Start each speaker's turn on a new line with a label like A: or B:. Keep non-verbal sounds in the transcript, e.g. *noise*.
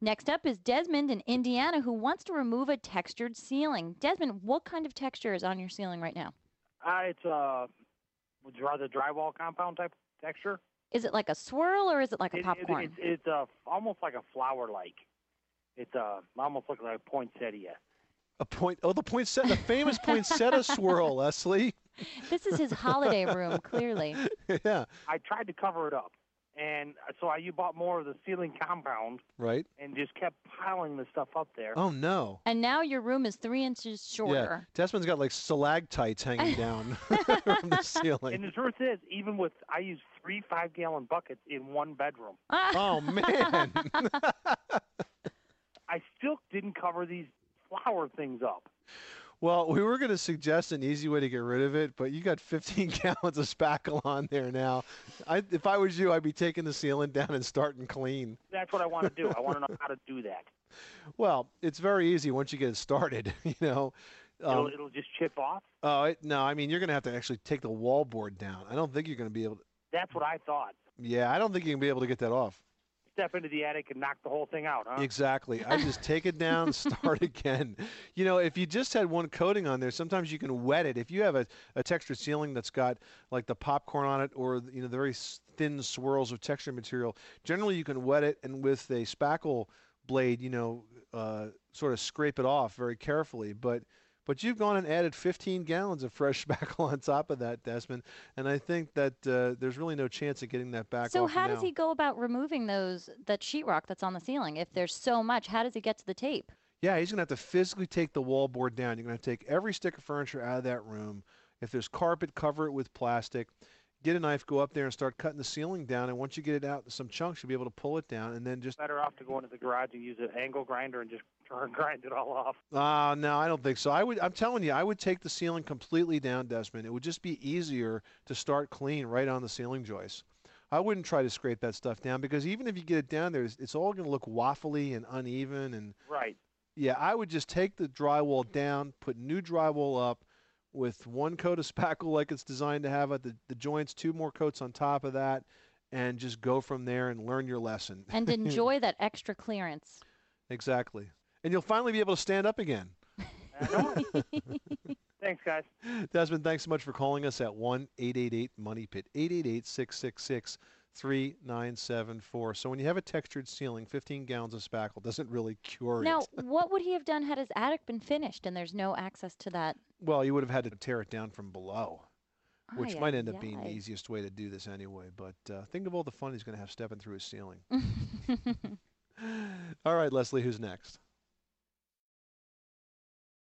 A: Next up is Desmond in Indiana who wants to remove a textured ceiling. Desmond, what kind of texture is on your ceiling right now?
B: Uh, it's uh, would you rather drywall compound type texture.
A: Is it like a swirl or is it like
B: It-
A: a
B: it-
A: popcorn?
B: *laughs* it's it's uh, almost like a flower like. It's uh, almost looking like poinsettia.
C: A point. Oh, the poinsettia, the famous poinsettia swirl, Leslie. *laughs*
A: This is his holiday room, clearly.
C: yeah.
B: I tried to cover it up, and so I you bought more of the ceiling compound
C: Right.
B: and just kept piling the stuff up there.
C: Oh no.
A: And now your room is three inches
C: Yeah.
A: shorter.
C: Desmond's got like stalactites hanging down *laughs* from the
B: And
C: ceiling.
B: the truth is, even with I use three five gallon buckets in one bedroom,
C: *laughs*
A: Ah,
C: Oh man.
B: I still didn't cover these flower things up.
C: Well, we were going to suggest an easy way to get rid of it, but you got 15 *laughs* gallons of spackle on there now. I, if I was you, I'd be taking the ceiling down and starting clean.
B: That's what I want to do. I want to know how to do that.
C: Well, it's very easy once you get it started. *laughs* You
B: It'll,
C: know. *laughs* Um,
B: it'll just chip off.
C: oh it, no, I mean you're going to have to actually take the wall board down. I don't think you're going to be able. To,
B: That's what I thought.
C: yeah, I don't think you can be able to get that off.
B: Step into the attic and knock the whole thing out, huh?
C: Exactly. I just take
A: *laughs*
C: it down, start again. You know, if you just had one coating on there, sometimes you can wet it. If you have a, a textured ceiling that's got like the popcorn on it or you know the very s- thin swirls of texture material, generally you can wet it and with a spackle blade, you know, uh, sort of scrape it off very carefully. But but you've gone and added 15 gallons of fresh *laughs* spackle on top of that, Desmond, and I think that uh, there's really no chance of getting that back.
A: so
C: off
A: how
C: now.
A: does he go about removing those that sheetrock that's on the ceiling? If there's so much, how does he get to the tape?
C: Yeah, he's gonna have to physically take the wall board down. You're gonna have to take every stick of furniture out of that room. If there's carpet, cover it with plastic. Get a knife, go up there and start cutting the ceiling down. And once you get it out in some chunks, you'll be able to pull it down. And then just
B: Better off to go into the garage and use an angle grinder and just *laughs* turn grind it all off.
C: ah, no, I don't think so. I would. I'm telling you, I would take the ceiling completely down, Desmond. It would just be easier to start clean right on the ceiling joists. I wouldn't try to scrape that stuff down because even if you get it down there, it's, it's all gonna look waffly and uneven and
B: Right.
C: Yeah, I would just take the drywall down, put new drywall up with one coat of *laughs* spackle like it's designed to have at the, the joints, two more coats on top of that, and just go from there and learn your lesson.
A: And enjoy that extra clearance.
C: *laughs* Exactly. And you'll finally be able to stand up again. *gasps*
B: Uh, Thanks, guys.
C: Desmond, thanks so much for calling us at 1 888 Money Pit, 888 666 3974. So when you have a textured ceiling, 15 gallons of spackle doesn't really cure
A: Now,
C: it.
A: what would he have done had his attic been finished and there's no access to that?
C: Well, you would have had to tear it down from below. which
A: Ay,
C: might
A: ay,
C: end up being the
A: ay.
C: easiest way to do this anyway. But uh,
A: *laughs*
C: think *gasps* of all the fun he's going to have stepping through his ceiling. all right, Leslie, who's next?